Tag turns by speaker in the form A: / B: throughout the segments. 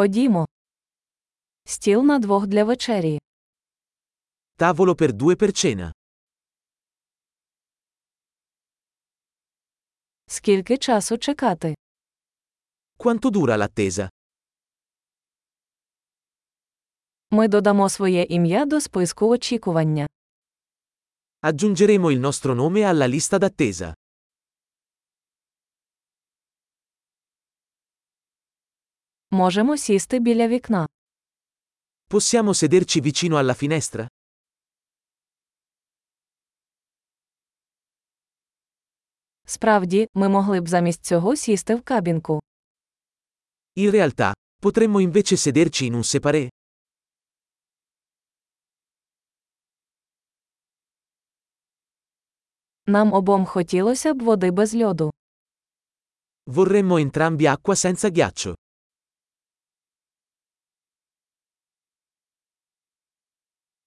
A: Ходімо. Стіл на двох для вечері.
B: Tavolo per due per cena.
A: Скільки часу чекати?
B: Quanto dura l'attesa?
A: Ми додамо своє ім'я до списку очікування.
B: Aggiungeremo il nostro nome alla lista d'attesa.
A: Можемо сісти біля вікна.
B: Possiamo sederci vicino alla finestra?
A: Справді, ми могли б замість цього сісти в кабінку.
B: In realtà, potremmo invece sederci in un separé.
A: Нам обом хотілося б води без льоду.
B: Vorremmo entrambi acqua senza ghiaccio.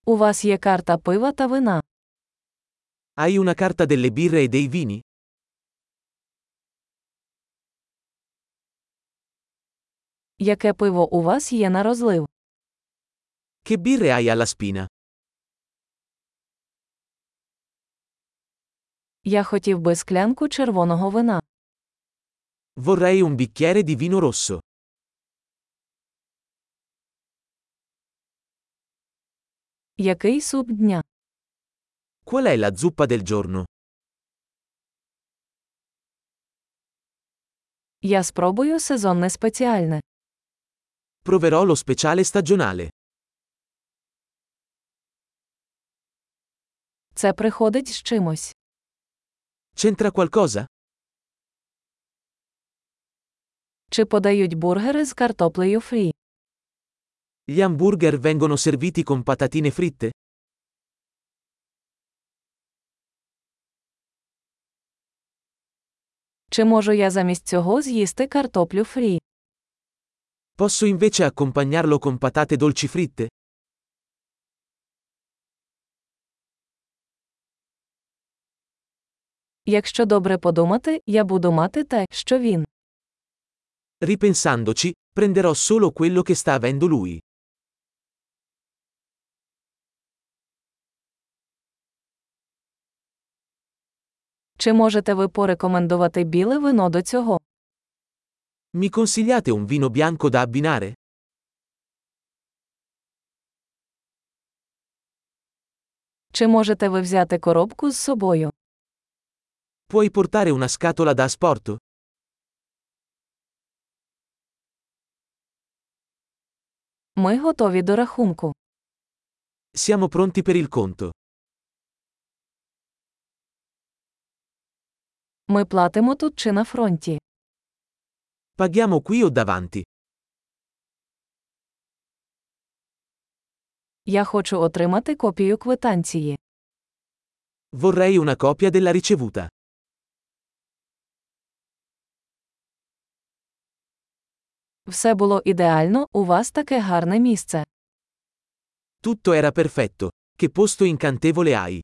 A: У вас є карта пива та вина.
B: Hai una carta delle birre e dei vini?
A: Яке пиво у вас є на розлив?
B: Che birre hai alla spina?
A: Я хотів би склянку червоного вина.
B: Vorrei un bicchiere di vino rosso.
A: Який суп дня?
B: Qual è la zuppa del giorno?
A: Я спробую сезонне спеціальне.
B: Proverò lo speciale stagionale.
A: Це приходить з чимось.
B: C'entra qualcosa?
A: Чи подають бургери з картоплею фрі?
B: Gli hamburger vengono serviti con patatine fritte?
A: Чи можу я замість цього з'їсти картоплю фрі?
B: Posso invece accompagnarlo con patate dolci fritte?
A: Якщо добре подумати, я буду мати те, що він.
B: Ripensandoci, prenderò solo quello che sta avendo lui.
A: Чи можете ви порекомендувати біле вино до цього?
B: Mi consigliate un vino bianco da abbinare?
A: Чи можете ви взяти коробку з собою?
B: Puoi portare una scatola da asporto?
A: Ми готові до рахунку.
B: Siamo pronti per il conto.
A: Ми платимо тут чи на фронті.
B: Paghiamo qui o davanti?
A: Я хочу отримати копію квитанції.
B: Vorrei una copia della ricevuta.
A: Все було ідеально, у вас таке гарне місце.
B: Tutto era perfetto. Che posto incantevole hai!